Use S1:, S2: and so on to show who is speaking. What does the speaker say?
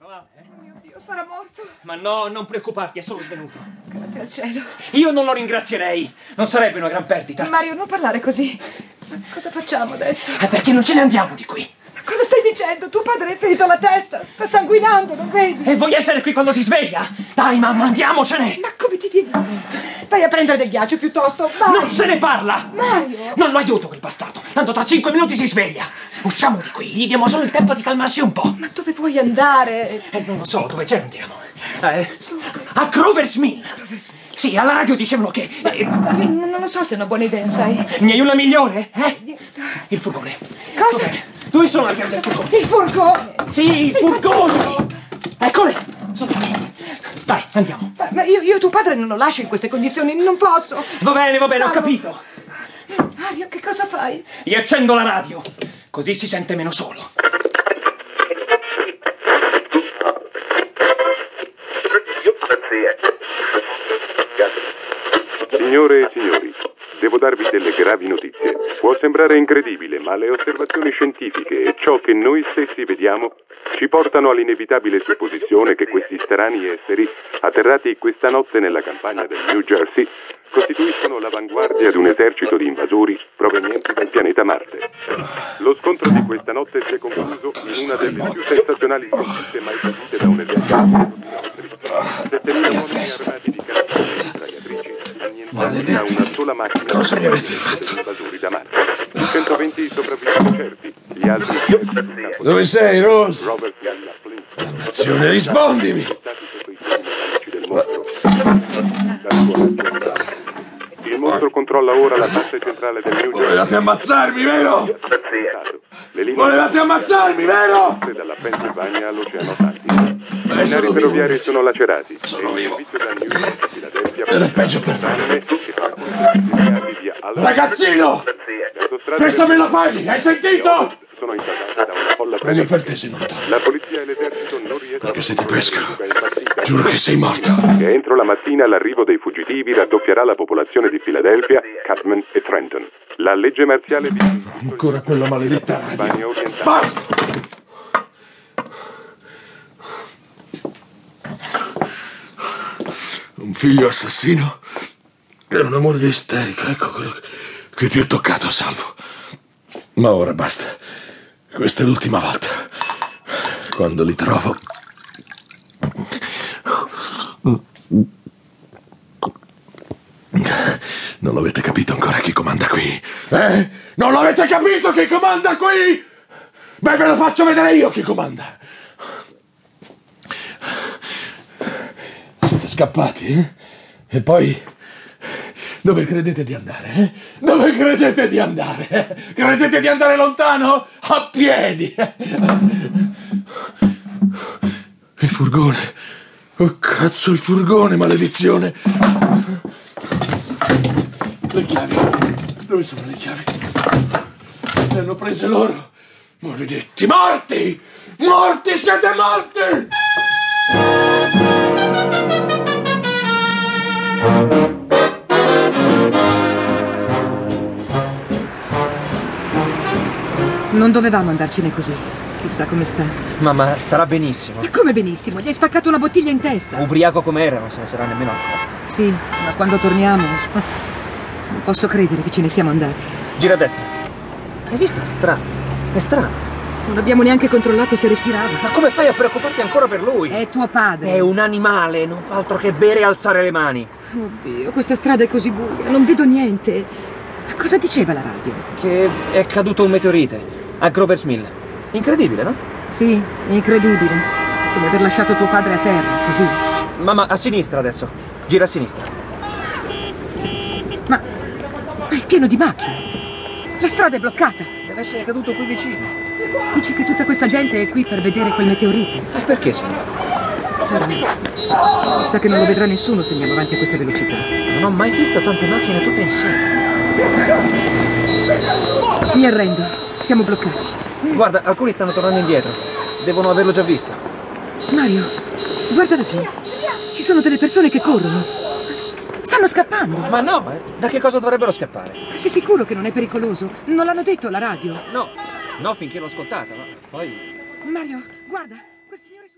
S1: va.
S2: Oh mio Dio, sarà morto.
S1: Ma no, non preoccuparti, è solo svenuto.
S2: Grazie al cielo.
S1: Io non lo ringrazierei. Non sarebbe una gran perdita.
S2: Mario, non parlare così. Ma Cosa facciamo adesso?
S1: Eh, perché non ce ne andiamo di qui?
S2: Ma Cosa stai dicendo? Tuo padre è ferito alla testa, sta sanguinando, non vedi?
S1: E voglio essere qui quando si sveglia? Dai, mamma, andiamocene!
S2: Ma come ti viene? in mente? Vai a prendere del ghiaccio piuttosto. Vai.
S1: Non se ne parla!
S2: Mario!
S1: Non lo aiuto quel bastardo, tanto tra cinque minuti si sveglia. Usciamo di qui, gli diamo solo il tempo di calmarsi un po'.
S2: Ma dove vuoi andare?
S1: E non lo so dove ce ne andiamo. Eh, a Grover's Mill. Sì, alla radio dicevano che... eh,
S2: Io non non lo so se è una buona idea, sai.
S1: ne hai una migliore? Eh? Il furgone.
S2: Cosa?
S1: Dov'è? Dove sono le gambe del furgone?
S2: Il furgone!
S1: Sì, i
S2: Sei
S1: furgoni! Eccole! Sono qui. Dai, andiamo.
S2: Ma- Ma io, io tuo padre non lo lascio in queste condizioni, non posso.
S1: Va bene, va bene, ho
S2: Salvo.
S1: capito.
S2: Mario, che cosa fai?
S1: Gli accendo la radio, così si sente meno solo.
S3: Signore e signori, devo darvi delle gravi notizie. Può sembrare incredibile, ma le osservazioni scientifiche e ciò che noi stessi vediamo ci portano all'inevitabile supposizione che questi strani esseri, atterrati questa notte nella campagna del New Jersey, costituiscono l'avanguardia di un esercito di invasori provenienti dal pianeta Marte. Lo scontro di questa notte si è concluso in una delle più sensazionali sconfitte mai cadute da un esercito di nostri. 7.000 uomini armati di cartone e mitragliatrici annientati da una sola macchina
S4: Cosa gli avete fatto?
S3: degli invasori da Marte. 120 sopravvissuti certi, gli altri
S4: Dove sei, Rose?
S3: Robert Galla Flint,
S4: Azione, rispondimi!
S3: stati sotto i segni metallici del mostro. La sua ragione. Il mostro controlla ora la parte centrale del New Jersey.
S4: Volevate ammazzarmi, vero?
S3: Le linee
S4: Volevate ammazzarmi, vero?
S3: dalla Pennsylvania all'Oceano Atlantico.
S4: Ma
S3: I
S4: io
S3: binari
S4: sono vivo.
S3: ferroviari sono lacerati
S4: Sono
S3: e il
S4: vivo. Eh.
S3: servizio da New York a Filadelfia
S4: Ed è peggio per me.
S3: che fa collegati via alla-
S4: Ragazzino!
S3: le autostrade
S4: Questa me
S3: del-
S4: la paghi, hai sentito?
S3: sono invadate da una folla
S4: Meglio per
S3: presente.
S4: te se non te.
S3: La polizia e l'esercito non riescono
S4: Perché se
S3: a
S4: ti pesco,
S3: risolvere il partito.
S4: giuro che sei morto.
S3: E entro la mattina l'arrivo dei fuggitivi raddoppierà la popolazione di Filadelfia, Cadman e Trenton. La legge marziale di
S4: Ancora quella maledetta
S3: Spagna
S4: radio.
S3: orientale.
S4: Basta! Un figlio assassino e una moglie isterica, ecco quello che- che ti ho toccato, salvo. Ma ora basta. Questa è l'ultima volta. Quando li trovo. Non l'avete capito ancora chi comanda qui? Eh? Non l'avete capito chi comanda qui? Beh, ve lo faccio vedere io chi comanda. Siete scappati, eh? E poi... Dove credete di andare? eh? Dove credete di andare? eh? Credete di andare lontano? A piedi! Il furgone! Oh cazzo, il furgone, maledizione! Le chiavi. Dove sono le chiavi? Le hanno prese loro. Maledetti. Morti! Morti, siete morti!
S5: Non dovevamo andarcene così. Chissà come sta.
S1: Mamma, starà benissimo.
S5: Ma come benissimo, gli hai spaccato una bottiglia in testa.
S1: Ubriaco com'era, non se ne sarà nemmeno accorto.
S5: Sì, ma quando torniamo. Non posso credere che ce ne siamo andati.
S1: Gira a destra. Hai visto che traffico? È strano.
S5: Non abbiamo neanche controllato se respirava.
S1: Ma come fai a preoccuparti ancora per lui?
S5: È tuo padre.
S1: È un animale, non fa altro che bere e alzare le mani.
S5: Oddio, questa strada è così buia, non vedo niente. Ma Cosa diceva la radio?
S1: Che è caduto un meteorite a Grover's Mill. Incredibile, no?
S5: Sì, è incredibile. Come aver lasciato tuo padre a terra, così.
S1: Mamma, a sinistra adesso. Gira a sinistra.
S5: Ma, ma è pieno di macchine. La strada è bloccata.
S1: Deve essere caduto qui vicino.
S5: Dici che tutta questa gente è qui per vedere quel meteorite.
S1: E perché, signora?
S5: Sarà Sa che non lo vedrà nessuno se andiamo avanti a questa velocità.
S1: Non ho mai visto tante macchine tutte insieme.
S5: Mi arrendo, siamo bloccati.
S1: Guarda, alcuni stanno tornando indietro. Devono averlo già visto.
S5: Mario, guarda laggiù. Ci sono delle persone che corrono. Stanno scappando.
S1: Ma no, ma da che cosa dovrebbero scappare?
S5: Sei sicuro che non è pericoloso? Non l'hanno detto alla radio.
S1: No, no, finché l'ho ascoltata, ma poi...
S5: Mario, guarda,